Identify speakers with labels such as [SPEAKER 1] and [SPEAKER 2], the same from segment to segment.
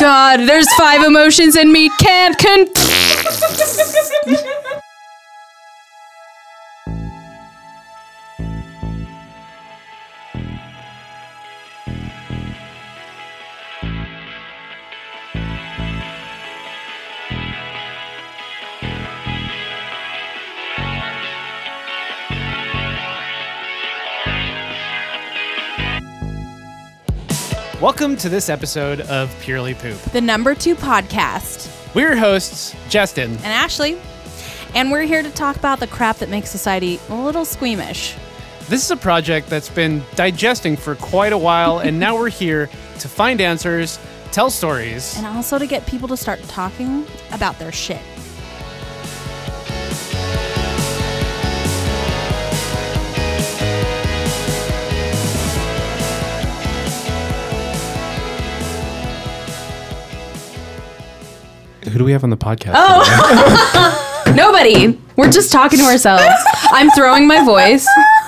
[SPEAKER 1] God, there's five emotions in me. Can't con.
[SPEAKER 2] Welcome to this episode of Purely Poop.
[SPEAKER 3] the number two podcast,
[SPEAKER 2] We're your hosts, Justin.
[SPEAKER 3] and Ashley. And we're here to talk about the crap that makes society a little squeamish.
[SPEAKER 2] This is a project that's been digesting for quite a while, and now we're here to find answers, tell stories.
[SPEAKER 3] And also to get people to start talking about their shit.
[SPEAKER 2] Who do we have on the podcast?
[SPEAKER 1] Oh! Nobody. We're just talking to ourselves. I'm throwing my voice.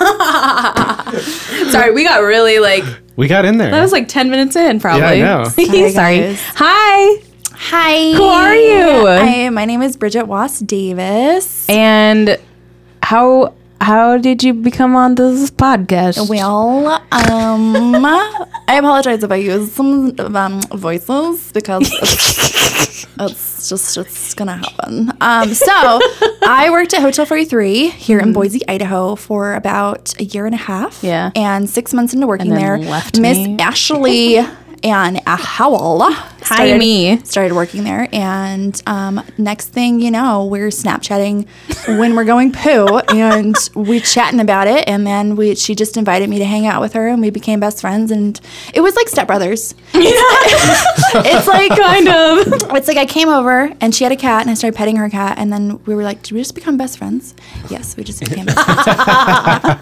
[SPEAKER 1] Sorry, we got really like
[SPEAKER 2] We got in there.
[SPEAKER 1] that was like ten minutes in probably.
[SPEAKER 2] Yeah, I know.
[SPEAKER 1] Sorry.
[SPEAKER 4] guys.
[SPEAKER 1] Hi.
[SPEAKER 4] Hi.
[SPEAKER 1] Who are you?
[SPEAKER 4] I, my name is Bridget Wass Davis.
[SPEAKER 1] And how how did you become on this podcast?
[SPEAKER 4] Well, um, I apologize if I use some um, voices because it's, it's just it's gonna happen. Um, so I worked at Hotel 43 here in Boise, Idaho, for about a year and a half.
[SPEAKER 1] Mm-hmm. Yeah.
[SPEAKER 4] and six months into working
[SPEAKER 1] then
[SPEAKER 4] there,
[SPEAKER 1] left
[SPEAKER 4] Miss
[SPEAKER 1] me.
[SPEAKER 4] Ashley and uh, Howell started,
[SPEAKER 1] me.
[SPEAKER 4] started working there, and um, next thing you know, we're Snapchatting when we're going poo, and we chatting about it, and then we she just invited me to hang out with her, and we became best friends, and it was like stepbrothers. it's like
[SPEAKER 1] kind of.
[SPEAKER 4] it's like I came over and she had a cat and I started petting her cat and then we were like, did we just become best friends? Yes, we just became best friends.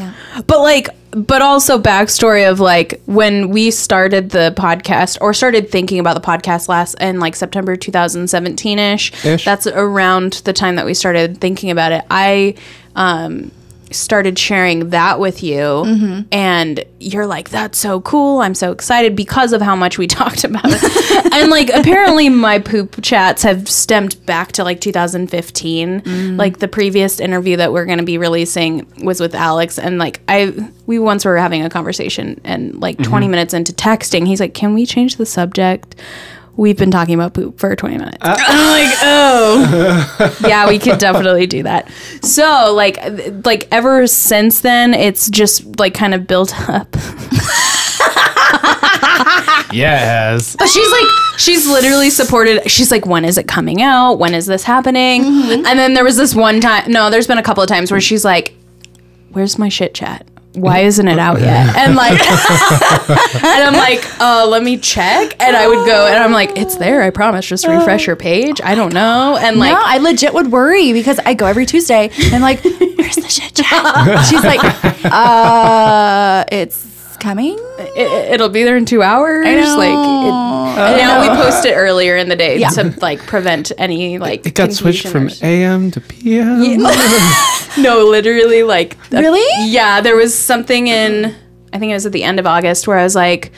[SPEAKER 4] yeah.
[SPEAKER 1] But like but also backstory of like when we started the podcast or started thinking about the podcast last in like September 2017ish.
[SPEAKER 2] Ish.
[SPEAKER 1] That's around the time that we started thinking about it. I um started sharing that with you and you're like that's so cool i'm so excited because of how much we talked about it and like apparently my poop chats have stemmed back to like 2015 like the previous interview that we're going to be releasing was with alex and like i we once were having a conversation and like 20 minutes into texting he's like can we change the subject We've been talking about poop for 20 minutes. I'm like, oh yeah, we could definitely do that. So, like, th- like ever since then, it's just like kind of built up.
[SPEAKER 2] yes.
[SPEAKER 1] But she's like, she's literally supported. She's like, when is it coming out? When is this happening?
[SPEAKER 4] Mm-hmm.
[SPEAKER 1] And then there was this one time. No, there's been a couple of times where she's like, "Where's my shit chat? Why isn't it out yet?" And like, and I'm like, "Uh, let me check." And I would go, and I'm like, "It's there. I promise. Just refresh your page. I don't know." And like,
[SPEAKER 4] Uh. no, I legit would worry because I go every Tuesday and I'm like, where's the shit chat? She's like, uh, it's coming.
[SPEAKER 1] it, it'll be there in two hours. Like, it, now we post it earlier in the day to like prevent any like.
[SPEAKER 2] It got switched from
[SPEAKER 1] confusion
[SPEAKER 2] AM to PM.
[SPEAKER 1] or- no, literally like a-
[SPEAKER 4] Really?
[SPEAKER 1] yeah, there was something in I think it was at the end of August where I was like,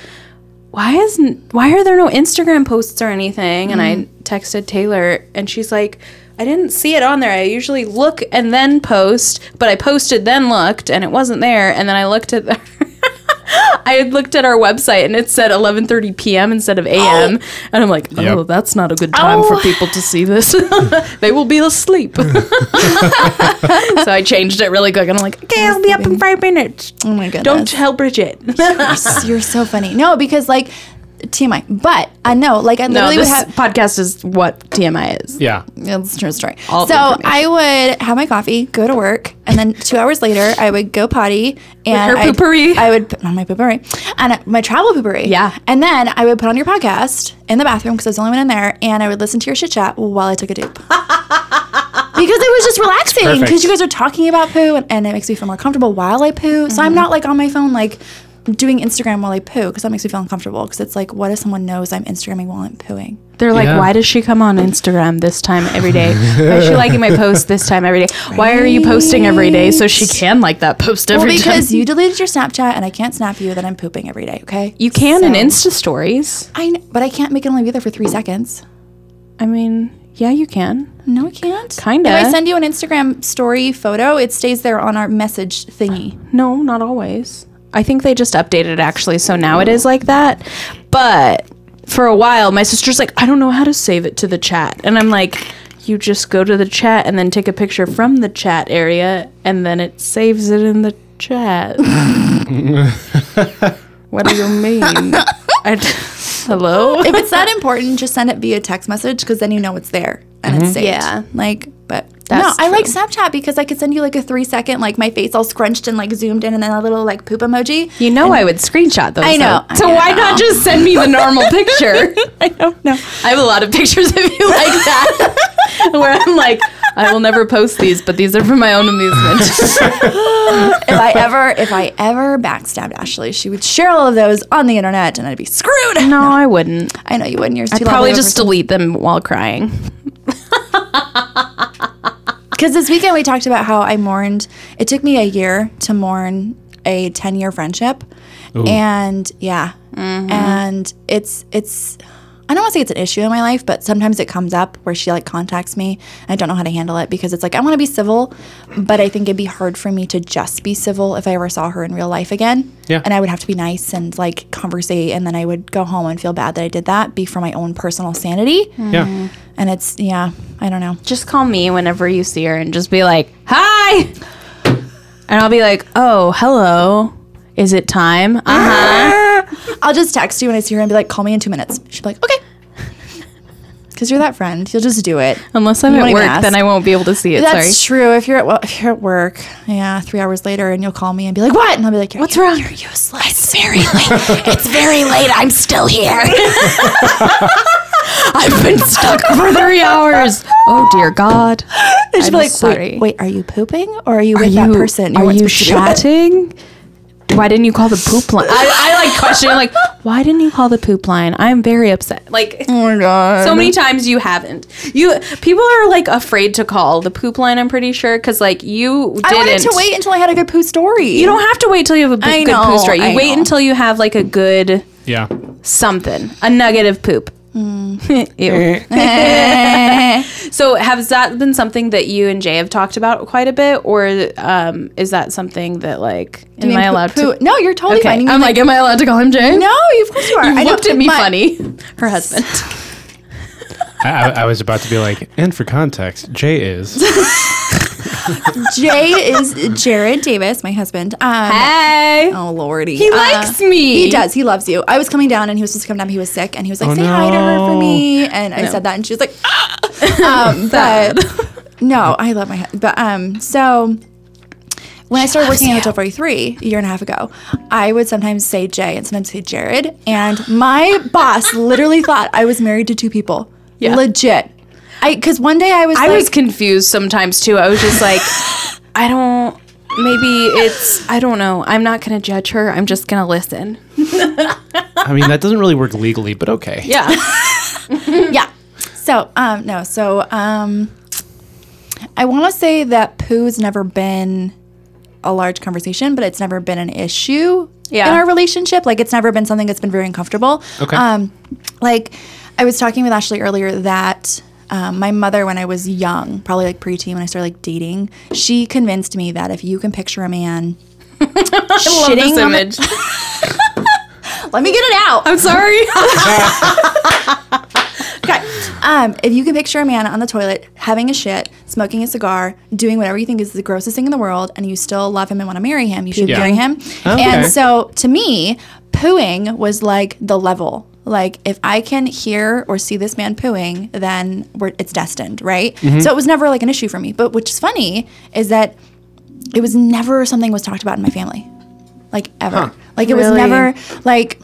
[SPEAKER 1] why isn't why are there no Instagram posts or anything? And I texted Taylor and she's like. I didn't see it on there. I usually look and then post, but I posted then looked and it wasn't there. And then I looked at I had looked at our website and it said 11:30 p.m. instead of a.m. and I'm like, oh,
[SPEAKER 2] Yep.
[SPEAKER 1] that's not a good time for people to see this. they will be asleep. so I changed it really quick and I'm like, okay, I'll be up in five minutes.
[SPEAKER 4] Oh my goodness.
[SPEAKER 1] Mm, Don't tell Bridget. no,
[SPEAKER 4] You're so funny. No, because like, TMI. But I know, like, I literally would
[SPEAKER 1] this
[SPEAKER 4] have.
[SPEAKER 1] podcast is what TMI is.
[SPEAKER 2] Yeah.
[SPEAKER 4] Yeah, It's a true story.
[SPEAKER 1] All the
[SPEAKER 4] so I would have my coffee, go to work, and then two hours later, I would go potty and
[SPEAKER 1] her
[SPEAKER 4] I'd-
[SPEAKER 1] poopery.
[SPEAKER 4] I would put on my poopery and uh, my travel poopery.
[SPEAKER 1] Yeah.
[SPEAKER 4] and then I would put on your podcast in the bathroom because I was the only one in there, and I would listen to your shit chat while I took a dupe. Because it was just relaxing.
[SPEAKER 2] perfect.
[SPEAKER 1] Mm-hmm.
[SPEAKER 4] Because you guys are talking about poo, and, and it makes me feel more comfortable while I poo. So I'm not like on my phone, like doing Instagram while I poo because that makes me feel uncomfortable. Because it's like, what if someone knows I'm Instagramming while I'm pooing?
[SPEAKER 1] They're like,
[SPEAKER 2] Yeah.
[SPEAKER 1] why does she come on Instagram this time every day? Why is she liking my post this time every day? Why are you posting every day so she can like that post every day?
[SPEAKER 4] Well, because you deleted your Snapchat and I can't snap you that I'm pooping every day. Okay,
[SPEAKER 1] you can in
[SPEAKER 4] So-
[SPEAKER 1] Insta stories.
[SPEAKER 4] I know, but I can't make it only be there for three seconds.
[SPEAKER 1] I mean, yeah, you can.
[SPEAKER 4] No, I can't.
[SPEAKER 1] Kinda.
[SPEAKER 4] If I send you an Instagram story photo, it stays there on our message thingy.
[SPEAKER 1] No, not always. I think they just updated actually, so now it is like that. But for a while, my sister's like, I don't know how to save it to the chat. And I'm like, you just go to the chat and then take a picture from the chat area and then it saves it in the chat. what do you mean? I d- Hello?
[SPEAKER 4] if it's that important, just send it via text message because then you know it's there and it's saved.
[SPEAKER 1] Yeah.
[SPEAKER 4] Like, but
[SPEAKER 1] That's
[SPEAKER 4] no, I like Snapchat because I could send you like a three second, like my face all scrunched and like zoomed in and then a little like poop emoji.
[SPEAKER 1] You know I would screenshot those.
[SPEAKER 4] I know,
[SPEAKER 1] though. So
[SPEAKER 4] I
[SPEAKER 1] why
[SPEAKER 4] know.
[SPEAKER 1] not just send me the normal picture? I don't know. I have a lot of pictures of you like that, where I'm like, I will never post these, but these are for my own amusement.
[SPEAKER 4] if I ever, if I ever backstabbed Ashley, she would share all of those on the internet and I'd be screwed.
[SPEAKER 1] no, I wouldn't.
[SPEAKER 4] I know you wouldn't. You're too
[SPEAKER 1] Probably just delete them while crying.
[SPEAKER 4] because this weekend we talked about how I mourned. It took me a year to mourn a ten year friendship, and yeah,
[SPEAKER 1] Mm-hmm.
[SPEAKER 4] and it's it's. I don't want to say it's an issue in my life, but sometimes it comes up where she like contacts me. And I don't know how to handle it because it's like I want to be civil, but I think it'd be hard for me to just be civil if I ever saw her in real life again.
[SPEAKER 2] Yeah.
[SPEAKER 4] And I would have to be nice and like conversate, and then I would go home and feel bad that I did that, be for my own personal sanity.
[SPEAKER 1] Hmm.
[SPEAKER 2] Yeah.
[SPEAKER 4] And it's yeah, I don't know.
[SPEAKER 1] Just call me whenever you see her and just be like, "Hi," and I'll be like, "Oh, hello. Is it time?" Uh huh.
[SPEAKER 4] I'll just text you when I see her and be like, call me in two minutes. She'll be like, okay. Because you're that friend. You'll just do it.
[SPEAKER 1] Unless I'm
[SPEAKER 4] You won't
[SPEAKER 1] at
[SPEAKER 4] even
[SPEAKER 1] work, then
[SPEAKER 4] ask.
[SPEAKER 1] I won't be able to see it.
[SPEAKER 4] That's
[SPEAKER 1] Sorry.
[SPEAKER 4] true. If you're at well, if you're at work, yeah, three hours later, and you'll call me and be like, "What?" And I'll be like, "What's wrong? You're useless. It's very late. it's very late. I'm still here."
[SPEAKER 1] I've been stuck for three hours. Oh dear God.
[SPEAKER 4] And she'll be
[SPEAKER 1] I'm
[SPEAKER 4] like,
[SPEAKER 1] sorry.
[SPEAKER 4] Wait, wait, are you pooping or are you with that person? who
[SPEAKER 1] are
[SPEAKER 4] wants
[SPEAKER 1] you
[SPEAKER 4] me to do it?"
[SPEAKER 1] chatting? Why didn't you call the poop line? I, I like questioning, like, why didn't you call the poop line? I'm very upset. Like,
[SPEAKER 4] Oh my god.
[SPEAKER 1] so many times you haven't. You people are like afraid to call the poop line. I'm pretty sure because like you didn't.
[SPEAKER 4] I wanted to wait until I had a good poo story.
[SPEAKER 1] You don't have to wait till you have a
[SPEAKER 4] I
[SPEAKER 1] b- good
[SPEAKER 4] know,
[SPEAKER 1] poop story. You
[SPEAKER 4] I
[SPEAKER 1] wait
[SPEAKER 4] know.
[SPEAKER 1] until you have like a good
[SPEAKER 2] Yeah.
[SPEAKER 1] something, a nugget of poop. Ew. so, has that been something that you and Jay have talked about quite a bit, or um, is that something that like
[SPEAKER 4] You
[SPEAKER 1] am
[SPEAKER 4] mean
[SPEAKER 1] I
[SPEAKER 4] poo-
[SPEAKER 1] allowed
[SPEAKER 4] poo-
[SPEAKER 1] to?
[SPEAKER 4] No, you're totally
[SPEAKER 1] Okay,
[SPEAKER 4] fine. You
[SPEAKER 1] I'm
[SPEAKER 4] mean,
[SPEAKER 1] like, am I allowed to call him Jay?
[SPEAKER 4] no, you- of course you are.
[SPEAKER 1] you
[SPEAKER 4] I know,
[SPEAKER 1] looked at me
[SPEAKER 4] my-
[SPEAKER 1] funny. Her husband.
[SPEAKER 2] I, I, I was about to be like, and for context, Jay is.
[SPEAKER 4] Jay is Jared Davis, my husband. Um,
[SPEAKER 1] hey,
[SPEAKER 4] Oh lordy,
[SPEAKER 1] he
[SPEAKER 4] Uh,
[SPEAKER 1] likes me.
[SPEAKER 4] He does. He loves you. I was coming down, and he was supposed to come down. But he was sick, and he was like,
[SPEAKER 2] Oh,
[SPEAKER 4] "Say hi to her for
[SPEAKER 2] no.
[SPEAKER 4] me." And I said that, and she was like, "Ah." um, "But no, I love my hu- But um, so when I started working at Hotel 43 a year and a half ago, I would sometimes say Jay and sometimes say Jared, and my boss literally thought I was married to two people.
[SPEAKER 1] Yeah.
[SPEAKER 4] legit. I because one day I was
[SPEAKER 1] I
[SPEAKER 4] like,
[SPEAKER 1] was confused sometimes too. I was just like, I don't. Maybe it's I don't know. I'm not gonna judge her. I'm just gonna listen.
[SPEAKER 2] I mean, that doesn't really work legally, but okay.
[SPEAKER 1] Yeah.
[SPEAKER 4] yeah. So, um, no, so um, I want to say that poo's never been a large conversation, but it's never been an issue
[SPEAKER 1] Yeah.
[SPEAKER 4] in our relationship. Like, it's never been something that's been very uncomfortable.
[SPEAKER 2] Okay.
[SPEAKER 4] Um, like, I was talking with Ashley earlier that. Um, my mother, when I was young, probably like preteen, when I started like dating, she convinced me that if you can picture a man
[SPEAKER 1] Love
[SPEAKER 4] shitting
[SPEAKER 1] this
[SPEAKER 4] on the-
[SPEAKER 1] image.
[SPEAKER 4] let me get it out.
[SPEAKER 1] I'm sorry.
[SPEAKER 4] Um, if you can picture a man on the toilet having a shit, smoking a cigar, doing whatever you think is the grossest thing in the world, and you still love him and want to marry him, you should
[SPEAKER 2] Yeah. Oh,
[SPEAKER 4] marry him.
[SPEAKER 2] Okay.
[SPEAKER 4] And so to me, pooing was like the level. Like if I can hear or see this man pooing, then we're, it's destined, right?
[SPEAKER 2] Mm-hmm.
[SPEAKER 4] So it was never like an issue for me. But what's funny is that it was never something was talked about in my family, like ever. Like it was
[SPEAKER 1] Really?
[SPEAKER 4] never like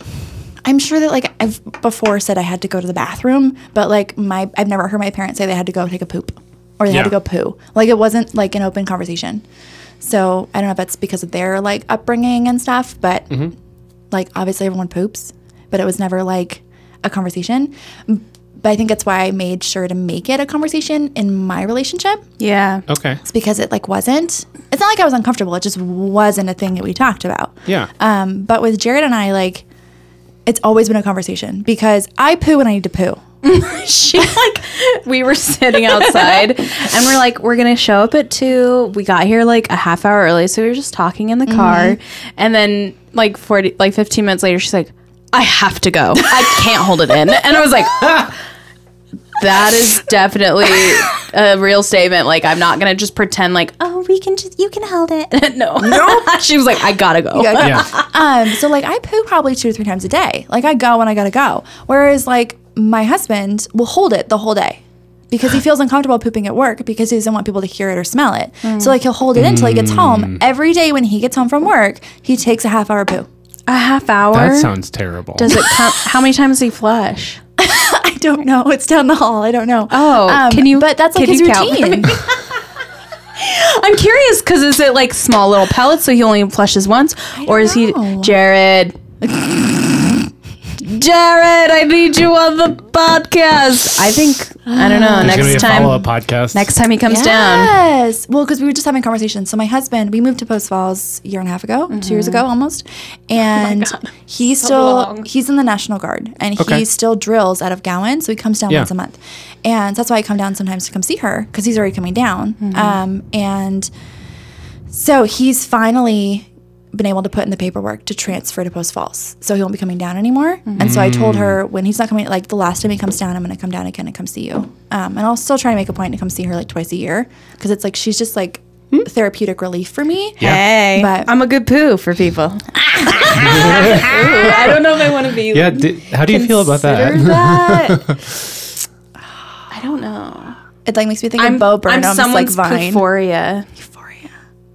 [SPEAKER 4] I'm sure that like I've before said I had to go to the bathroom, but like my I've never heard my parents say they had to go take a poop or they had to
[SPEAKER 2] Yeah.
[SPEAKER 4] go poo. Like it wasn't like an open conversation. So I don't know if that's because of their like upbringing and stuff, but Like obviously everyone poops, but it was never like a conversation. But I think that's why I made sure to make it a conversation in my relationship.
[SPEAKER 1] Yeah.
[SPEAKER 2] Okay.
[SPEAKER 4] It's because it like wasn't. It's not like I was uncomfortable. It just wasn't a thing that we talked about.
[SPEAKER 2] Yeah.
[SPEAKER 4] Um, but with Jared and I, like, it's always been a conversation because I poo when I need to poo.
[SPEAKER 1] she like we were sitting outside and we're like we're gonna show up at two we got here like a half hour early so we were just talking in the car and then like 40 like 15 minutes later she's like i have to go i can't hold it in and i was like that is definitely a real statement like i'm not gonna just pretend like oh we can just you can hold it no she was like i gotta go
[SPEAKER 4] Like,
[SPEAKER 2] Yeah.
[SPEAKER 4] um, so like I poo probably two or three times a day. Like I go when I gotta go. Whereas like my husband will hold it the whole day because he feels uncomfortable pooping at work because he doesn't want people to hear it or smell it.
[SPEAKER 1] Mm.
[SPEAKER 4] So like he'll hold it until he gets home. Every day when he gets home from work, he takes a half hour poo.
[SPEAKER 1] a half hour
[SPEAKER 2] That sounds terrible.
[SPEAKER 1] does it count how many times does he flush
[SPEAKER 4] I don't know. It's down the hall. I don't know. Um,
[SPEAKER 1] Oh, can you-
[SPEAKER 4] But that's like
[SPEAKER 1] can
[SPEAKER 4] his
[SPEAKER 1] you count for
[SPEAKER 4] routine.
[SPEAKER 1] I'm curious because is it like small little pellets so he only flushes once, or is
[SPEAKER 4] know.
[SPEAKER 1] he Jared? Jared, I need you on the podcast. I think I don't know.
[SPEAKER 2] There's gonna be
[SPEAKER 1] next
[SPEAKER 2] a
[SPEAKER 1] time,
[SPEAKER 2] follow-up podcast.
[SPEAKER 1] next time he comes down.
[SPEAKER 4] Yes. Well, because we were just having conversations. So my husband, we moved to Post Falls a year and a half ago, two years
[SPEAKER 1] Mm-hmm.
[SPEAKER 4] ago almost,
[SPEAKER 1] Oh
[SPEAKER 4] and he still
[SPEAKER 1] long.
[SPEAKER 4] he's in the National Guard and
[SPEAKER 2] Okay.
[SPEAKER 4] he still drills out of Gowan, so he comes down
[SPEAKER 2] Yeah.
[SPEAKER 4] once a month, and that's why I come down sometimes to come see her because he's already coming down,
[SPEAKER 1] Mm-hmm.
[SPEAKER 4] um, and so he's finally been able to put in the paperwork to transfer to Post Falls, so he won't be coming down anymore. And so I told her when he's not coming, like the last time he comes down, I'm going to come down again and come see you. Um, and I'll still try to make a point to come see her like twice a year because it's like she's just like therapeutic relief for me.
[SPEAKER 2] Yeah.
[SPEAKER 1] Hey,
[SPEAKER 4] But-
[SPEAKER 1] I'm a good poo for people. Ooh, I don't know if I want to be.
[SPEAKER 2] Yeah. Di- how do you feel about
[SPEAKER 1] considered
[SPEAKER 2] that?
[SPEAKER 1] that. I don't know.
[SPEAKER 4] It like makes me think of Bo Burnham's like Vine.
[SPEAKER 1] Puforia.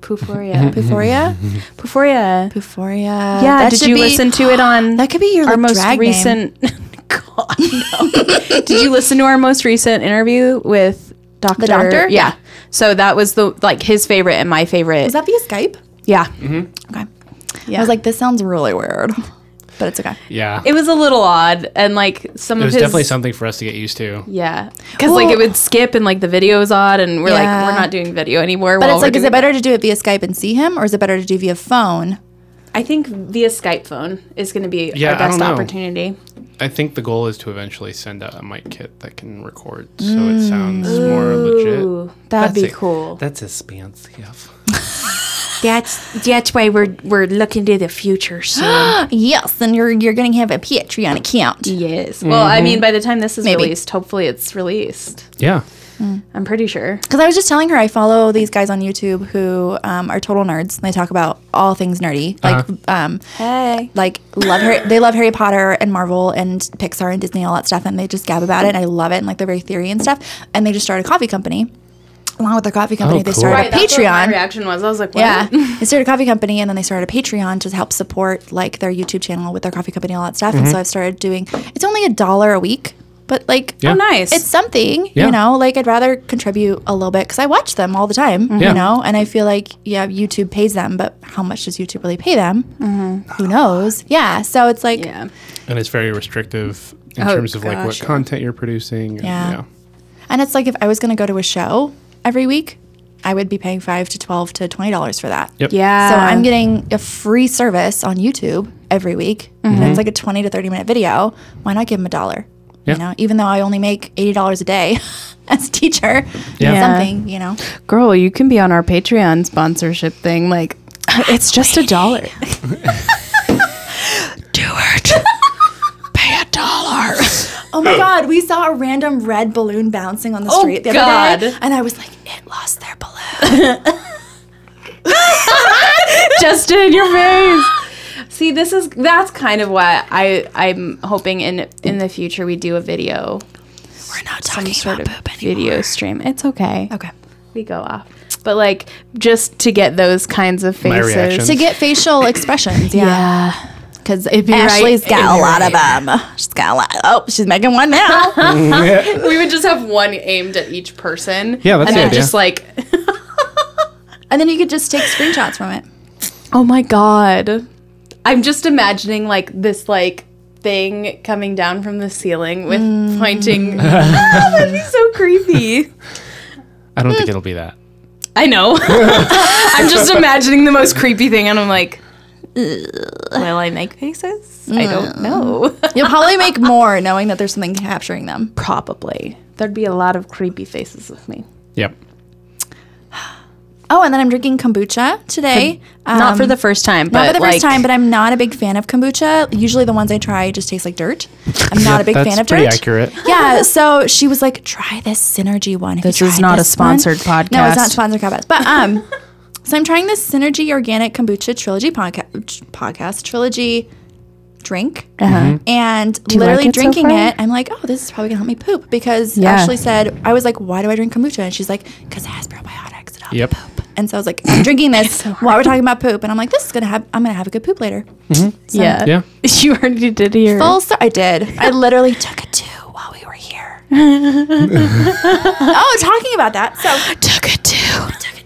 [SPEAKER 4] Euphoria.
[SPEAKER 1] Puforia.
[SPEAKER 4] Euphoria.
[SPEAKER 1] Puforia.
[SPEAKER 4] Euphoria.
[SPEAKER 1] Yeah,
[SPEAKER 4] That
[SPEAKER 1] did
[SPEAKER 4] should
[SPEAKER 1] you
[SPEAKER 4] be-
[SPEAKER 1] listen to it on
[SPEAKER 4] That could be your
[SPEAKER 1] our
[SPEAKER 4] like,
[SPEAKER 1] most
[SPEAKER 4] drag name.
[SPEAKER 1] recent? God, no. did you listen to our most recent interview with Doctor?
[SPEAKER 4] doctor?
[SPEAKER 1] Yeah. So that was the like his favorite and my favorite.
[SPEAKER 4] Is that via Skype?
[SPEAKER 1] yeah.
[SPEAKER 4] Okay. I was like, this sounds really weird, but it's okay.
[SPEAKER 2] yeah. It
[SPEAKER 1] It was a little odd, and like some of
[SPEAKER 2] was
[SPEAKER 1] his.
[SPEAKER 2] definitely something for us to get used to.
[SPEAKER 1] yeah, because like it would skip and like the video was odd, and we're
[SPEAKER 4] Yeah.
[SPEAKER 1] like we're not doing video anymore.
[SPEAKER 4] But it's like, is it better to do it via Skype and see him, or is it better to do via phone?
[SPEAKER 1] I think via Skype phone is going to be
[SPEAKER 2] Yeah, I
[SPEAKER 1] our best
[SPEAKER 2] don't know.
[SPEAKER 1] opportunity.
[SPEAKER 2] I think the goal is to eventually send out a mic kit that can record, so it sounds more legit.
[SPEAKER 1] Mm. Ooh, that'd be
[SPEAKER 2] it.
[SPEAKER 1] cool.
[SPEAKER 2] That's expansive.
[SPEAKER 1] That's that's why we're we're looking to the future. So
[SPEAKER 4] Yes, then you're you're gonna have a Patreon account.
[SPEAKER 1] yes. Well, I mean, by the time this is
[SPEAKER 4] Maybe.
[SPEAKER 1] released, hopefully it's released.
[SPEAKER 2] Yeah.
[SPEAKER 1] I'm pretty sure.
[SPEAKER 4] Because I was just telling her I follow these guys on YouTube who um, are total nerds and they talk about all things nerdy, like um,
[SPEAKER 1] Hey.
[SPEAKER 4] like love Harry, they love Harry Potter and Marvel and Pixar and Disney all that stuff, and they just gab about it. And I love it, and like they're very theory and stuff. And they just started a coffee company. Along with their coffee company, they
[SPEAKER 2] cool.
[SPEAKER 4] started
[SPEAKER 2] Right,
[SPEAKER 4] a Patreon.
[SPEAKER 1] my reaction was. I was like,
[SPEAKER 4] Yeah. they started a coffee company and then they started a Patreon to help support like their YouTube channel with their coffee company and all that stuff. And so I've started doing it's only a dollar a week, but like
[SPEAKER 2] Yeah.
[SPEAKER 1] Oh, nice.
[SPEAKER 4] it's something,
[SPEAKER 2] Yeah.
[SPEAKER 4] you know, like I'd rather contribute a little bit because I watch them all the time,
[SPEAKER 2] Yeah.
[SPEAKER 4] you know, and I feel like, yeah, YouTube pays them, but how much does YouTube really pay them? Who knows? Yeah. So it's like,
[SPEAKER 1] yeah.
[SPEAKER 2] And it's very restrictive in
[SPEAKER 1] Oh,
[SPEAKER 2] terms of like what
[SPEAKER 1] gosh, yeah.
[SPEAKER 2] content you're producing. and-
[SPEAKER 4] Yeah. and it's like if I was going to go to a show every week, I would be paying five to 12 to $20 for that.
[SPEAKER 2] Yep.
[SPEAKER 1] Yeah.
[SPEAKER 4] So I'm getting a free service on YouTube every week.
[SPEAKER 2] Mm-hmm.
[SPEAKER 4] And it's like a 20 to 30 minute video. Why not give them a dollar?
[SPEAKER 2] Yeah.
[SPEAKER 4] You know, even though I only make $80 a day as a teacher,
[SPEAKER 2] Yeah.
[SPEAKER 4] yeah.
[SPEAKER 2] Yeah.
[SPEAKER 4] something, you know.
[SPEAKER 1] girl. You can be on our Patreon sponsorship thing. Like, it's just a dollar.
[SPEAKER 4] Do it. Pay a dollar. Oh my God. We saw a random red balloon bouncing on the street the
[SPEAKER 1] Oh God.
[SPEAKER 4] other day. And I was like, it lost their balloon.
[SPEAKER 1] Justin, in your face. See, this is that's kind of why I I'm hoping in in the future we do a video
[SPEAKER 4] We're not talking
[SPEAKER 1] sort
[SPEAKER 4] about
[SPEAKER 1] of
[SPEAKER 4] poop anymore.
[SPEAKER 1] video stream. It's okay.
[SPEAKER 4] Okay.
[SPEAKER 1] We go off. But like just to get those kinds of
[SPEAKER 2] My
[SPEAKER 1] faces.
[SPEAKER 2] reaction.
[SPEAKER 4] To get facial expressions. Yeah.
[SPEAKER 1] Yeah.
[SPEAKER 4] Because
[SPEAKER 1] be right-
[SPEAKER 4] Ashley's
[SPEAKER 1] it'd
[SPEAKER 4] got
[SPEAKER 1] be
[SPEAKER 4] a lot of them. She's got a lot. Oh, she's making one now.
[SPEAKER 1] we would just have one aimed at each person.
[SPEAKER 2] Yeah, that's
[SPEAKER 1] and
[SPEAKER 2] the
[SPEAKER 1] then
[SPEAKER 2] idea.
[SPEAKER 1] just like
[SPEAKER 4] and then you could just take screenshots from it.
[SPEAKER 1] Oh my god. I'm just imagining like this like thing coming down from the ceiling with pointing. Ah, that'd be so creepy.
[SPEAKER 2] I don't think it'll be that.
[SPEAKER 1] I know. I'm just imagining the most creepy thing, and I'm like, "Ugh, will I make faces? I don't know.
[SPEAKER 4] You'll probably make more knowing that there's something capturing them.
[SPEAKER 1] Probably. There'd be a lot of creepy faces with me.
[SPEAKER 2] Yep.
[SPEAKER 4] Oh, and then I'm drinking kombucha today.
[SPEAKER 1] not for
[SPEAKER 4] Um,
[SPEAKER 1] the first time, but
[SPEAKER 4] not for the
[SPEAKER 1] like,
[SPEAKER 4] first time, but I'm not a big fan of kombucha. Usually, the ones I try just taste like dirt. I'm not a big
[SPEAKER 2] That's
[SPEAKER 4] fan of
[SPEAKER 2] pretty
[SPEAKER 4] dirt.
[SPEAKER 2] accurate.
[SPEAKER 4] Yeah, so she was like, "Try this synergy one." If you
[SPEAKER 1] This is
[SPEAKER 4] try
[SPEAKER 1] not a
[SPEAKER 4] one-"
[SPEAKER 1] sponsored
[SPEAKER 4] No, it's
[SPEAKER 1] podcast.
[SPEAKER 4] not sponsored podcast. But um, so I'm trying this synergy organic kombucha trilogy podcast podcast trilogy drink, and literally
[SPEAKER 1] Uh-huh. like it so
[SPEAKER 4] drinking
[SPEAKER 1] far?
[SPEAKER 4] it. I'm like, "Oh, this is probably gonna help me poop," because
[SPEAKER 1] Yeah.
[SPEAKER 4] Ashley said I was like, "Why do I drink kombucha?" And she's like, "Cause it has probiotics." It helps
[SPEAKER 2] Yep.
[SPEAKER 4] poop." And so I was like, I'm drinking this while we're talking about poop, and I'm like, this is gonna have, I'm gonna have a good poop later.
[SPEAKER 1] yeah,
[SPEAKER 2] Yeah.
[SPEAKER 1] You already did your
[SPEAKER 4] Full cir- I did. I literally took a two while we were here. oh, talking about that. So
[SPEAKER 1] took it too.
[SPEAKER 4] took a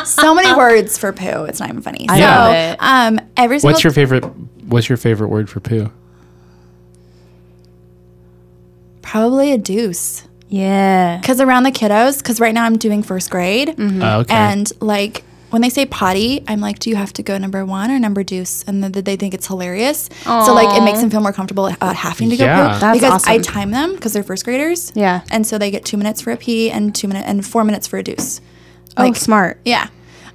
[SPEAKER 4] two. So many words for poo. It's not even funny. so,
[SPEAKER 2] love
[SPEAKER 1] it.
[SPEAKER 4] um, every single
[SPEAKER 2] What's your favorite? What's your favorite word for poo?
[SPEAKER 4] probably a deuce
[SPEAKER 1] Yeah.
[SPEAKER 4] because around the kiddos. Because right now I'm doing first grade,
[SPEAKER 1] Mm-hmm. Mm.
[SPEAKER 2] Oh, okay.
[SPEAKER 4] and like. When they say potty, I'm like, "Do you have to go number one or number deuce?" And then they think it's hilarious. So like, it makes them feel more comfortable about having to go
[SPEAKER 2] Yeah.
[SPEAKER 4] poo
[SPEAKER 1] That's
[SPEAKER 4] because I
[SPEAKER 1] awesome.
[SPEAKER 4] time them because they're first graders.
[SPEAKER 1] Yeah.
[SPEAKER 4] and so they get two minutes for a pee and two minute and four minutes for a deuce.
[SPEAKER 1] oh, smart.
[SPEAKER 4] Yeah.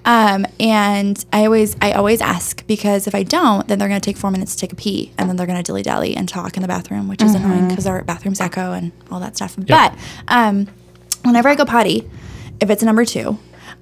[SPEAKER 4] Um, and I always I always ask because if I don't, then they're gonna take four minutes to take a pee, and then they're gonna dilly dally and talk in the bathroom, which is annoying because our bathrooms echo and all that stuff. But um, whenever I go potty, if it's a number two,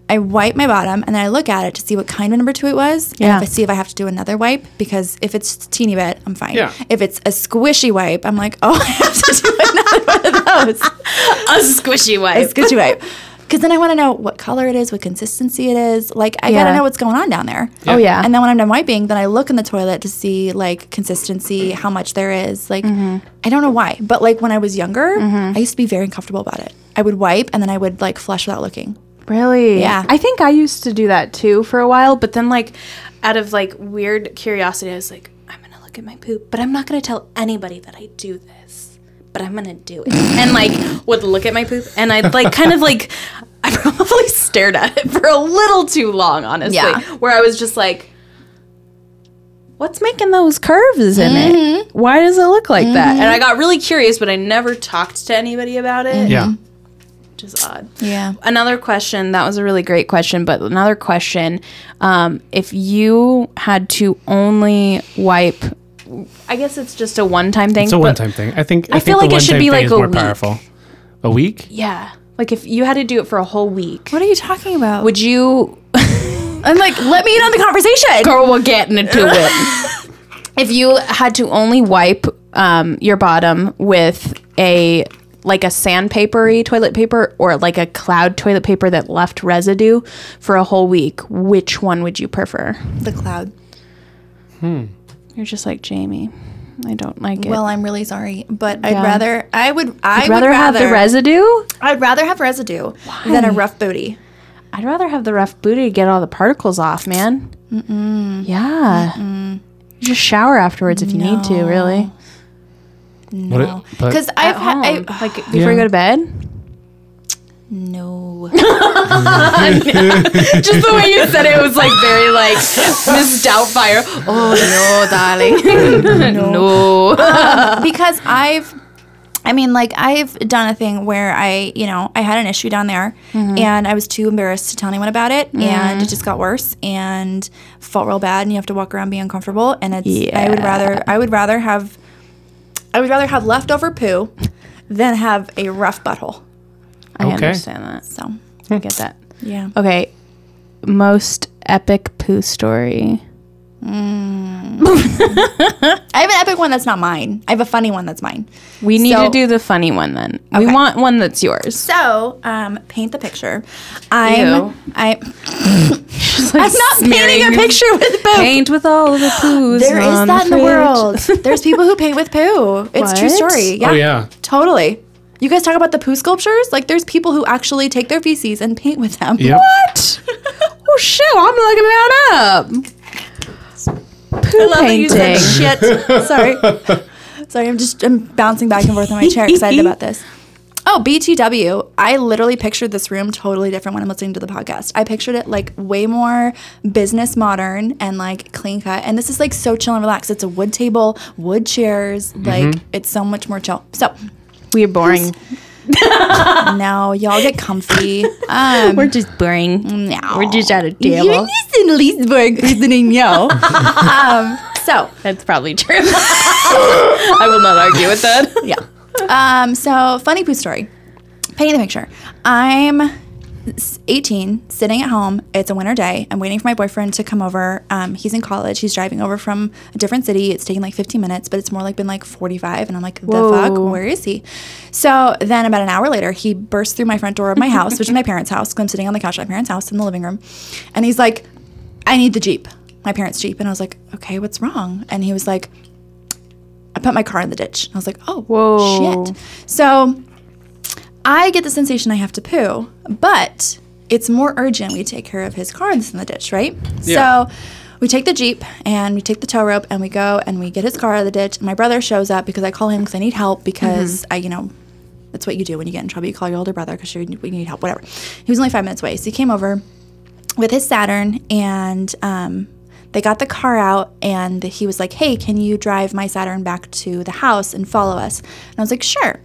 [SPEAKER 4] I wipe my bottom and then I look at it to see what kind of number two it was,
[SPEAKER 1] Yeah.
[SPEAKER 4] and if I see if I have to do another wipe because if it's just a teeny bit, I'm fine.
[SPEAKER 2] Yeah.
[SPEAKER 4] If it's a squishy wipe, I'm like, oh, I have to do another one of those
[SPEAKER 1] A squishy wipe.
[SPEAKER 4] it's good to wipe. Because then I want to know what color it is, what consistency it is. Like I
[SPEAKER 1] Yeah.
[SPEAKER 4] gotta know what's going on down there.
[SPEAKER 1] Oh yeah.
[SPEAKER 4] And then when I'm done wiping, then I look in the toilet to see like consistency, how much there is. Like
[SPEAKER 1] Mm-hmm.
[SPEAKER 4] I don't know why, but like when I was younger, I used to be very uncomfortable about it. I would wipe and then I would like flush without looking.
[SPEAKER 1] Really?
[SPEAKER 4] Yeah.
[SPEAKER 1] I think I used to do that too for a while, but then like out of like weird curiosity, I was like, I'm gonna look at my poop, but I'm not gonna tell anybody that I do this. But I'm gonna do it. and like would look at my poop and I'd like kind of like I probably stared at it for a little too long, honestly.
[SPEAKER 4] Yeah.
[SPEAKER 1] Where I was just like What's making those curves in it?
[SPEAKER 4] Mm-hmm.
[SPEAKER 1] Why does it look like that? And I got really curious, but I never talked to anybody about it,
[SPEAKER 2] yeah.
[SPEAKER 1] which is odd
[SPEAKER 4] Yeah.
[SPEAKER 1] another question that was a really great question but another question um, if you had to only wipe i guess it's just a one-time thing
[SPEAKER 2] It's a
[SPEAKER 1] but-
[SPEAKER 2] one-time thing. I think. I,
[SPEAKER 1] I
[SPEAKER 2] think
[SPEAKER 1] feel
[SPEAKER 2] the
[SPEAKER 1] like it should
[SPEAKER 2] one-time
[SPEAKER 1] be
[SPEAKER 2] thing
[SPEAKER 1] like
[SPEAKER 2] is
[SPEAKER 1] a
[SPEAKER 2] more
[SPEAKER 1] week.
[SPEAKER 2] powerful. A week.
[SPEAKER 1] yeah like if you had to do it for a whole week
[SPEAKER 4] What are you talking about?
[SPEAKER 1] would you
[SPEAKER 4] I'm like, let me in on the conversation.
[SPEAKER 1] girl we're getting into it if you had to only wipe um, your bottom with a like a sandpapery toilet paper or like a cloud toilet paper that left residue for a whole week which one would you prefer
[SPEAKER 4] The cloud.
[SPEAKER 1] You're just like Jamie. I don't like it.
[SPEAKER 4] Well, I'm really sorry, but I'd
[SPEAKER 1] Yeah.
[SPEAKER 4] rather I would I would
[SPEAKER 1] rather,
[SPEAKER 4] rather
[SPEAKER 1] have the residue.
[SPEAKER 4] I'd rather have residue than a rough booty.
[SPEAKER 1] I'd rather have the rough booty to get all the particles off, man. Mm-mm. Yeah. You just shower afterwards if you need to, really.
[SPEAKER 2] What it- but-
[SPEAKER 4] Because I've had I,
[SPEAKER 1] Home. like before you
[SPEAKER 2] Yeah.
[SPEAKER 1] go to bed.
[SPEAKER 4] no.
[SPEAKER 1] just the way you said it was like very like Miss Doubtfire. Oh no, darling. no.
[SPEAKER 4] because I've I mean like I've done a thing where I, you know, I had an issue down there
[SPEAKER 1] Mm-hmm.
[SPEAKER 4] and I was too embarrassed to tell anyone about it and it just got worse and felt real bad and you have to walk around being uncomfortable and it's I would rather I would rather have I would rather have leftover poo than have a rough butthole.
[SPEAKER 1] I
[SPEAKER 2] Okay.
[SPEAKER 1] understand that.
[SPEAKER 4] So
[SPEAKER 1] I get that.
[SPEAKER 4] yeah.
[SPEAKER 1] Okay. Most epic poo story.
[SPEAKER 4] I have an epic one that's not mine. I have a funny one that's mine.
[SPEAKER 1] We need
[SPEAKER 4] So-
[SPEAKER 1] to do the funny one then. We
[SPEAKER 4] Okay.
[SPEAKER 1] want one that's yours.
[SPEAKER 4] So, um, paint the picture. I'm
[SPEAKER 1] Ew.
[SPEAKER 4] I I'm not painting a picture with poo.
[SPEAKER 1] Paint with all of the poos.
[SPEAKER 4] There is
[SPEAKER 1] on
[SPEAKER 4] that in the
[SPEAKER 1] fridge.
[SPEAKER 4] world. There's people who paint with poo. It's true
[SPEAKER 1] What?
[SPEAKER 4] story. Yeah,
[SPEAKER 2] Oh yeah.
[SPEAKER 4] totally. You guys talk about the poo sculptures? Like there's people who actually take their feces and paint with them.
[SPEAKER 2] Yep.
[SPEAKER 1] What? oh shit! I'm looking that up. poo
[SPEAKER 4] I love that you
[SPEAKER 1] painting.
[SPEAKER 4] said shit. Sorry. Sorry, I'm just I'm bouncing back and forth on my chair excited about this. Oh, BTW. I literally pictured this room totally different when I'm listening to the podcast. I pictured it like way more business modern and like clean cut. And this is like so chill and relaxed. It's a wood table, wood chairs. Like it's so much more chill. So
[SPEAKER 1] We're boring.
[SPEAKER 4] now y'all get comfy. Um,
[SPEAKER 1] We're just Mm. boring.
[SPEAKER 4] now.
[SPEAKER 1] We're just at a
[SPEAKER 4] You're
[SPEAKER 1] table.
[SPEAKER 4] just in Leesburg listening, yo. um, so
[SPEAKER 1] That's probably true. I will not argue with that.
[SPEAKER 4] yeah. Um, so funny poo story. Painting the picture. I'm s- 18, sitting at home. It's a winter day. I'm waiting for my boyfriend to come over. Um, he's in college. He's driving over from a different city. It's taking like 15 minutes, but it's more like been like 45. And I'm like, the fuck? Where is he? So then about an hour later, he bursts through my front door of my house, which is my parents' house. 'cause I'm sitting on the couch at my parents' house in the living room. And he's like, I need the Jeep, my parents' Jeep. And I was like, okay, what's wrong? And he was like, I put my car in the ditch. I was like, oh,
[SPEAKER 1] Whoa.
[SPEAKER 4] shit. So I get the sensation I have to poo, but it's more urgent we take care of his car that's in the ditch, right?
[SPEAKER 2] Yeah.
[SPEAKER 4] So we take the Jeep and we take the tow rope and we go and we get his car out of the ditch. And my brother shows up because I call him because I need help because I, you know, that's what you do when you get in trouble. You call your older brother because we need help, whatever. He was only five minutes away. So he came over with his Saturn and um, they got the car out and he was like, hey, can you drive my Saturn back to the house and follow us? And I was like, sure.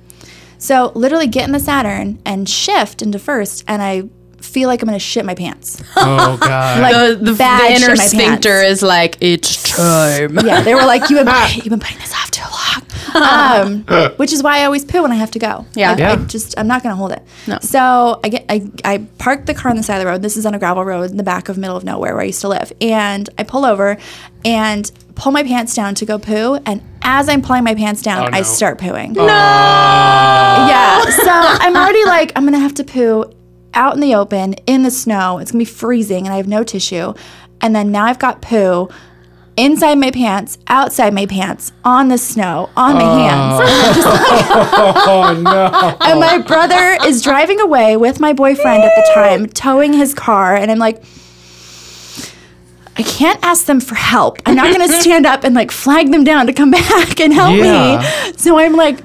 [SPEAKER 4] So literally get in the Saturn and shift into first and I feel like I'm going to shit my pants.
[SPEAKER 2] Oh god.
[SPEAKER 4] Like
[SPEAKER 1] The, the,
[SPEAKER 4] bad
[SPEAKER 1] the
[SPEAKER 4] shit
[SPEAKER 1] inner
[SPEAKER 4] my
[SPEAKER 1] sphincter
[SPEAKER 4] pants.
[SPEAKER 1] is like, it's time.
[SPEAKER 4] Yeah, they were like, you've been, putting- you've been putting this off too long. Um, which is why I always poo when I have to go.
[SPEAKER 1] Yeah.
[SPEAKER 4] Like,
[SPEAKER 2] Yeah.
[SPEAKER 4] I just, I'm not going to hold it. So I, get, I, I parked the car on the side of the road. This is on a gravel road in the back of middle of nowhere where I used to live. And I pull over and pull my pants down to go poo. And as I'm pulling my pants down,
[SPEAKER 2] Oh,
[SPEAKER 4] I
[SPEAKER 2] no.
[SPEAKER 4] start pooing. No. Yeah. So I'm already like, I'm going to have to poo out in the open, in the snow. It's going to be freezing and I have no tissue. And then now I've got poo inside my pants, outside my pants, on the snow, on my hands. And I'm just like, oh no. And my brother is driving away with my boyfriend at the time, towing his car, and I'm like, I can't ask them for help. I'm not gonna stand up and like flag them down to come back and help
[SPEAKER 2] Yeah.
[SPEAKER 4] me. So I'm like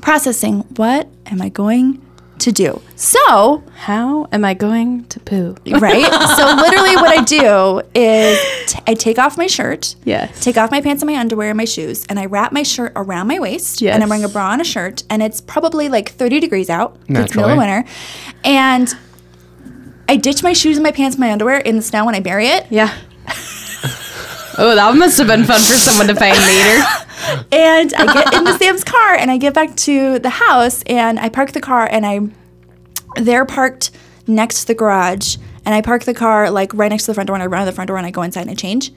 [SPEAKER 4] processing, what am I going to do? So
[SPEAKER 1] How am I going to poo?
[SPEAKER 4] right? so literally what I do is t- I take off my shirt.
[SPEAKER 1] Yes.
[SPEAKER 4] Take off my pants and my underwear and my shoes and I wrap my shirt around my waist and I'm wearing a
[SPEAKER 1] Yes.
[SPEAKER 4] bra and a shirt and it's probably like 30 degrees out. 'cause It's middle
[SPEAKER 2] Naturally.
[SPEAKER 4] of winter. And I ditch my shoes and my pants and my underwear in the snow and I bury it.
[SPEAKER 1] Yeah. oh, that must have been fun for someone to find later.
[SPEAKER 4] And uh, I get into Sam's car and I get back to the house and I park the car and I they're parked next to the garage and I park the car like right next to the front door and I run to the front door and I go inside and I change.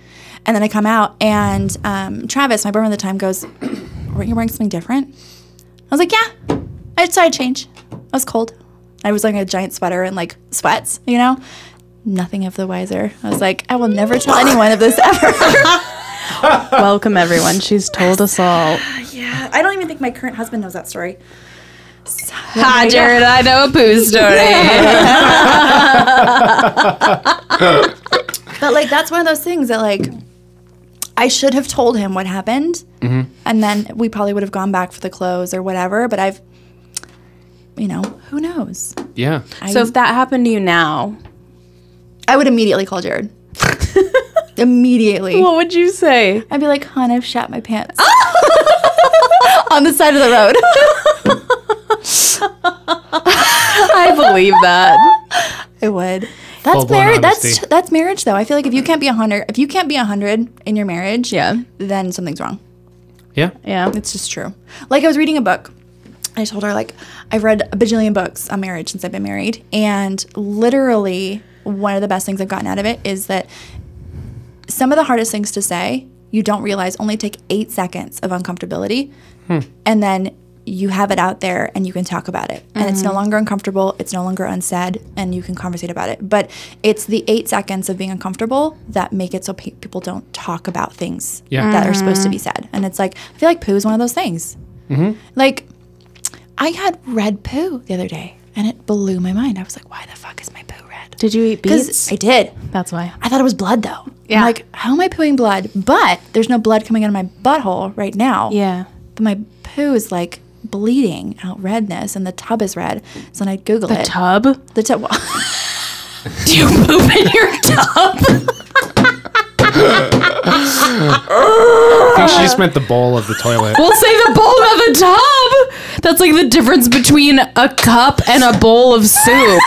[SPEAKER 4] And then I come out and um, Travis, my boyfriend at the time, goes, Weren't you wearing something different? I was like, Yeah. I decided to change. I was cold. I was wearing a giant sweater and like sweats, you know? Nothing of the wiser. I was like, I will never tell anyone of this ever.
[SPEAKER 1] Welcome, everyone. She's told us all.
[SPEAKER 4] I don't even think my current husband knows that story.
[SPEAKER 1] Hi, Jared. I know a poo story.
[SPEAKER 4] But like that's one of those things that like I should have told him what happened,
[SPEAKER 2] Mm-hmm.
[SPEAKER 4] and then we probably would have gone back for the clothes or whatever. But I've, you know, who knows?
[SPEAKER 2] yeah.
[SPEAKER 1] so, if that happened to you now,
[SPEAKER 4] I would immediately call Jared. immediately,
[SPEAKER 1] what would you say?
[SPEAKER 4] I'd be like, "Hon, I've shat my pants
[SPEAKER 2] Ah!
[SPEAKER 4] on the side of the road."
[SPEAKER 1] I believe that.
[SPEAKER 4] I would. That's
[SPEAKER 2] Full-blown
[SPEAKER 4] marriage. That's
[SPEAKER 2] honesty.
[SPEAKER 4] that's marriage, though. I feel like if you can't be a hundred, if you can't be a hundred in your marriage,
[SPEAKER 1] Yeah.
[SPEAKER 4] then something's wrong.
[SPEAKER 2] Yeah.
[SPEAKER 1] Yeah.
[SPEAKER 4] It's just true. Like I was reading a book. I told her like I've read a bajillion books on marriage since I've been married, and literally one of the best things I've gotten out of it is that some of the hardest things to say you don't realize only take eight seconds of uncomfortability, and then you have it out there and you can talk about it, and it's no longer uncomfortable, it's no longer unsaid, and you can conversate about it. But it's the eight seconds of being uncomfortable that make it so pe- people don't talk about things
[SPEAKER 2] Yeah.
[SPEAKER 4] that are supposed to be said. And it's like, I feel like poo is one of those things. Like, I had red poo the other day and it blew my mind. I was like, why the fuck is my poo red?
[SPEAKER 1] that. Did you eat beets?
[SPEAKER 4] I did.
[SPEAKER 1] That's why.
[SPEAKER 4] I thought it was blood though.
[SPEAKER 1] Yeah.
[SPEAKER 4] I'm like, how am I pooing blood? But there's no blood coming out of my butthole right now.
[SPEAKER 1] Yeah.
[SPEAKER 4] But my poo is like bleeding out redness and the tub is red. So then I Google
[SPEAKER 1] The
[SPEAKER 4] it.
[SPEAKER 1] tub?
[SPEAKER 4] the tub.
[SPEAKER 1] Do you poop in your tub?
[SPEAKER 2] I think she just meant the bowl of the toilet.
[SPEAKER 1] we'll say the bowl of the tub. That's like the difference between a cup and a bowl of soup.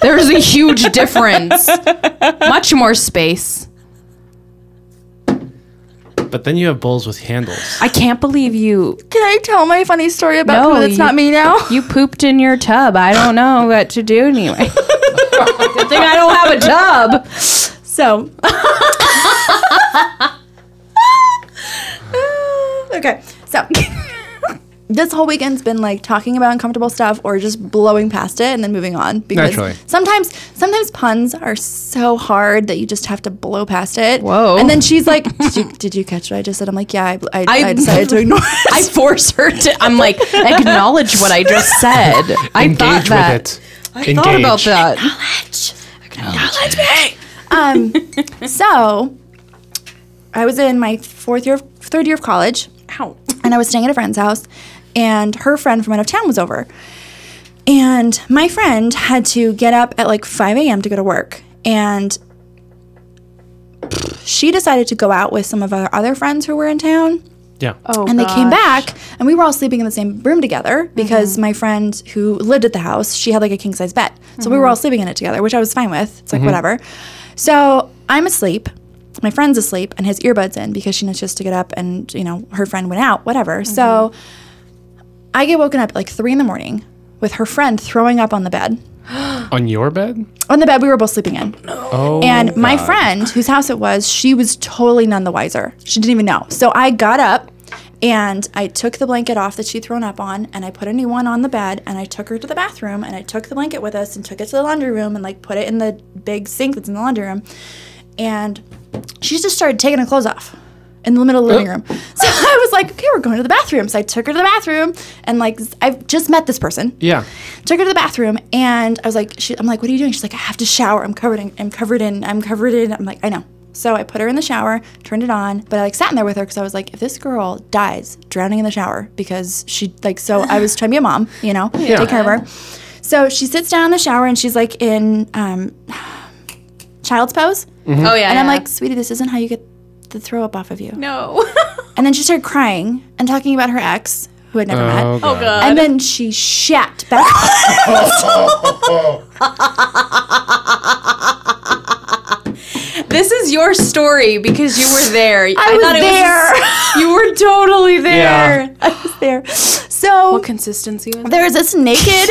[SPEAKER 1] There's a huge difference. Much more space.
[SPEAKER 2] But then you have bowls with handles.
[SPEAKER 1] I can't believe you
[SPEAKER 4] Can I tell my funny story about
[SPEAKER 1] No,
[SPEAKER 4] poo that's
[SPEAKER 1] you-
[SPEAKER 4] not me now?
[SPEAKER 1] you pooped in your tub. I don't know what to do anyway. Good thing I don't have a tub.
[SPEAKER 4] So. okay. So. This whole weekend's been like talking about uncomfortable stuff or just blowing past it and then moving on because
[SPEAKER 2] Naturally.
[SPEAKER 4] sometimes sometimes puns are so hard that you just have to blow past it.
[SPEAKER 1] Whoa.
[SPEAKER 4] And then she's like, "Did you, did you catch what I just said?" I'm like, "Yeah, I, bl- I, I,
[SPEAKER 1] I-
[SPEAKER 4] decided to ignore." it.
[SPEAKER 1] I force her to. I'm like, acknowledge what I just said. I thought
[SPEAKER 2] Engage
[SPEAKER 1] that.
[SPEAKER 2] with it. I
[SPEAKER 1] I thought about that.
[SPEAKER 4] um, so I was in my fourth year, of, third year of college,
[SPEAKER 1] Ow.
[SPEAKER 4] and I was staying at a friend's house, and her friend from out of town was over, and my friend had to get up at like 5 a.m. to go to work, and she decided to go out with some of our other friends who were in town
[SPEAKER 2] Yeah.
[SPEAKER 1] Oh,
[SPEAKER 4] and they came back and we were all sleeping in the same room together because my friend who lived at the house she had like a king size bed so we were all sleeping in it together which i was fine with it's like whatever so i'm asleep my friend's asleep and his earbuds in because she knows she has to get up and you know her friend went out whatever so i get woken up at like three in the morning with her friend throwing up on the bed
[SPEAKER 2] On your bed?
[SPEAKER 4] on the bed we were both sleeping in
[SPEAKER 2] Oh.
[SPEAKER 4] and my friend, whose house it was, she was totally none the wiser. She didn't even know. So I got up and I took the blanket off that she'd thrown up on and I put a new one on the bed and I took her to the bathroom and I took the blanket with us and took it to the laundry room and like put it in the big sink that's in the laundry room. And she just started taking her clothes off in the middle of the living room. So I was like, okay, we're going to the bathroom. So I took her to the bathroom and like I've just met this person
[SPEAKER 2] Yeah.
[SPEAKER 4] took her to the bathroom and I was like, she, I'm like, what are you doing? She's like, I have to shower. I'm covered in, I'm covered in, I'm covered in. I'm like, I know. So I put her in the shower, turned it on, but I like sat in there with her because I was like, if this girl dies drowning in the shower because she like, so I was trying to be a mom, you know, take care of her. So she sits down in the shower and she's like in um, child's pose,
[SPEAKER 1] Oh yeah.
[SPEAKER 4] and I'm like, sweetie, this isn't how you get the throw up off of you.
[SPEAKER 1] no.
[SPEAKER 4] And then she started crying and talking about her ex who had never met.
[SPEAKER 2] Oh, God.
[SPEAKER 4] And then she shat back.
[SPEAKER 1] this is your story because you were there. I,
[SPEAKER 4] was
[SPEAKER 1] was. You were totally there.
[SPEAKER 2] Yeah.
[SPEAKER 4] I was there. So
[SPEAKER 1] Consistency. Was
[SPEAKER 4] there's this naked,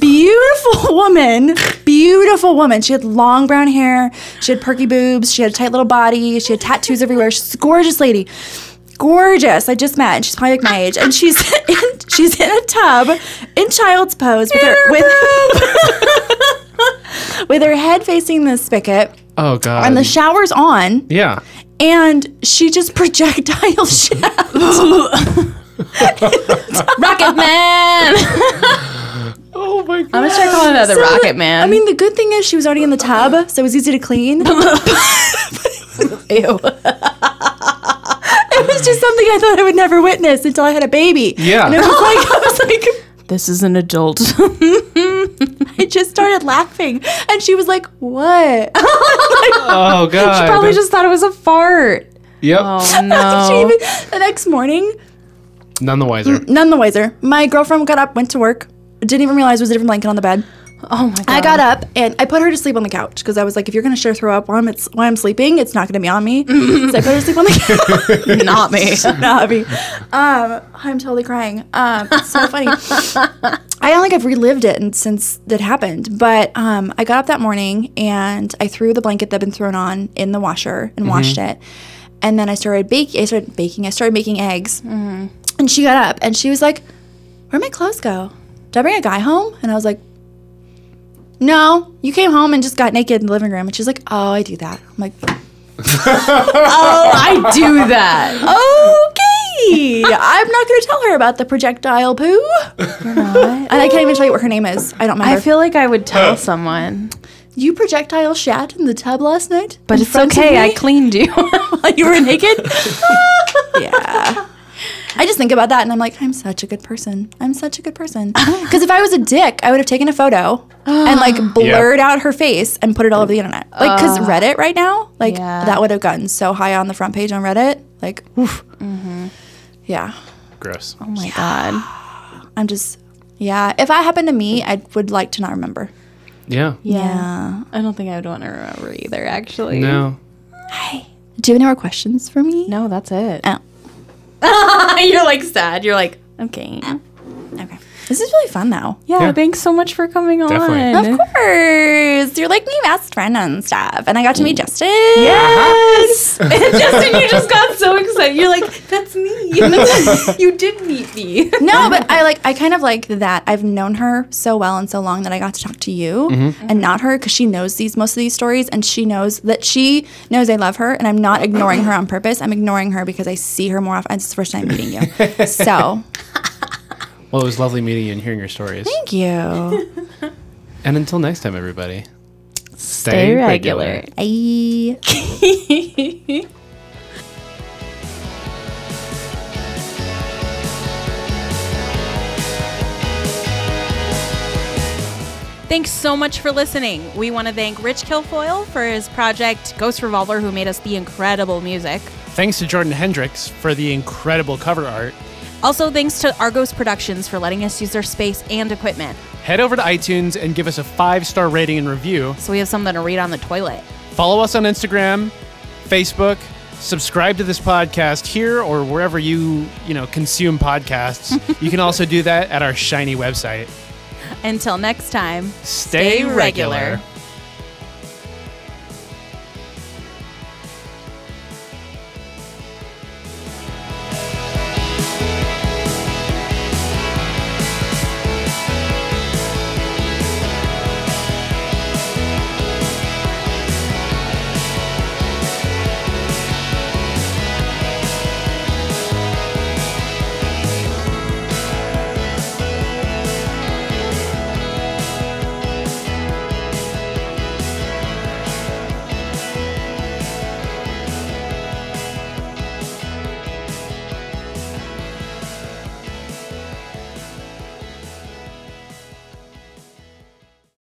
[SPEAKER 4] beautiful woman, beautiful woman. She had long brown hair, she had perky boobs, she had a tight little body, she had tattoos everywhere. She's a gorgeous lady. Gorgeous. I just met, and she's probably like my age. And she's in, she's in a tub in child's pose with her, with, with her head facing the spigot
[SPEAKER 2] Oh, God.
[SPEAKER 4] and the shower's on
[SPEAKER 2] yeah.
[SPEAKER 4] and she just projectile shaft.
[SPEAKER 1] Rocket Man. I'm
[SPEAKER 2] Oh, my God.
[SPEAKER 1] gonna start calling that the
[SPEAKER 4] So,
[SPEAKER 1] Rocket Man.
[SPEAKER 4] I mean, the good thing is she was already in the tub, so it was easy to clean.
[SPEAKER 1] ew.
[SPEAKER 4] It was just something I thought I would never witness until I had a baby.
[SPEAKER 2] Yeah.
[SPEAKER 4] And it was like, I was like,
[SPEAKER 1] This is an adult.
[SPEAKER 4] I just started laughing. And she was like, what?
[SPEAKER 2] oh, God.
[SPEAKER 1] Probably just thought it was a fart.
[SPEAKER 2] Yep.
[SPEAKER 1] Oh
[SPEAKER 4] She
[SPEAKER 1] no.
[SPEAKER 4] even- the next morning,
[SPEAKER 2] None the wiser.
[SPEAKER 1] Mm.
[SPEAKER 4] none the wiser, my girlfriend got up, went to work, didn't even realize there was a different blanket on the bed.
[SPEAKER 1] Oh my god.
[SPEAKER 4] I got up and I put her to sleep on the couch because I was like, if you're gonna share throw up while I'm, it's, while I'm sleeping, it's not gonna be on me. so I put her to sleep on the couch.
[SPEAKER 1] Not me.
[SPEAKER 4] not happy. Um, I'm totally crying. Um, it's so funny. I don't think I've relived it and since it happened, but um, I got up that morning and I threw the blanket that had been thrown on in the washer
[SPEAKER 1] Mm-hmm.
[SPEAKER 4] and washed it. And then I started baking. I started baking. I started making eggs. And she got up and she was like, "Where'd my clothes go? Did I bring a guy home?" And I was like, "No, you came home and just got naked in the living room." And she's like, "Oh, I do that." I'm like,
[SPEAKER 1] I do that.
[SPEAKER 4] okay. I'm not going to tell her about the projectile poo. and I can't even tell you what her name is. I don't remember.
[SPEAKER 1] I feel like I would tell someone.
[SPEAKER 4] You projectile shat in the tub last night,
[SPEAKER 1] But
[SPEAKER 4] in
[SPEAKER 1] it's
[SPEAKER 4] front of
[SPEAKER 1] okay. I
[SPEAKER 4] me
[SPEAKER 1] cleaned you.
[SPEAKER 4] while you were naked. yeah. I just think about that and I'm like, I'm such a good person. I'm such a good person. Because if I was a dick, I would have taken a photo and like blurred out her face and put it all over the internet. Like, because Reddit right now, like
[SPEAKER 1] Yeah.
[SPEAKER 4] that would have gotten so high on the front page on Reddit. Like, oof.
[SPEAKER 1] Mm-hmm.
[SPEAKER 4] Yeah.
[SPEAKER 5] Gross.
[SPEAKER 1] Oh my god.
[SPEAKER 4] I'm just, yeah. If that happened to me, I would like to not remember.
[SPEAKER 2] Yeah.
[SPEAKER 4] Yeah.
[SPEAKER 1] I don't think I would want to remember either. Actually,
[SPEAKER 2] No.
[SPEAKER 4] Do you have any more questions for me?
[SPEAKER 1] No, that's it.
[SPEAKER 4] Oh.
[SPEAKER 1] You're like sad. You're like, okay.
[SPEAKER 4] Okay. This is really fun though.
[SPEAKER 1] Yeah,
[SPEAKER 2] Yeah.
[SPEAKER 1] thanks so much for coming
[SPEAKER 5] Definitely.
[SPEAKER 1] on.
[SPEAKER 4] Of course. You're like my best friend and stuff. And I got to meet Justin.
[SPEAKER 1] Yes! Justin, you just got so excited. You're like, that's me. you did meet me.
[SPEAKER 4] No, but I like I kind of like that. I've known her so well and so long that I got to talk to you and not her because she knows these most of these stories and she knows that she knows I love her and I'm not ignoring her on purpose. I'm ignoring her because I see her more often. It's the first time meeting you. So
[SPEAKER 2] Well, it was lovely meeting you and hearing your stories.
[SPEAKER 4] thank you.
[SPEAKER 2] And until next time, everybody. Stay,
[SPEAKER 1] regular.
[SPEAKER 4] Bye.
[SPEAKER 3] Thanks so much for listening. We want to thank Rich Kilfoyle for his project Ghost Revolver, who made us the incredible music.
[SPEAKER 2] Thanks to Jordan Hendricks for the incredible cover art.
[SPEAKER 3] Also, thanks to Argos Productions for letting us use their space and equipment.
[SPEAKER 2] Head over to iTunes and give us a five star rating and review.
[SPEAKER 3] So we have something to read on the toilet.
[SPEAKER 2] Follow us on Instagram, Facebook. Subscribe to this podcast here or wherever you you know consume podcasts. you can also do that at our shiny website.
[SPEAKER 3] Until next time.
[SPEAKER 2] Stay,
[SPEAKER 3] regular.
[SPEAKER 2] regular.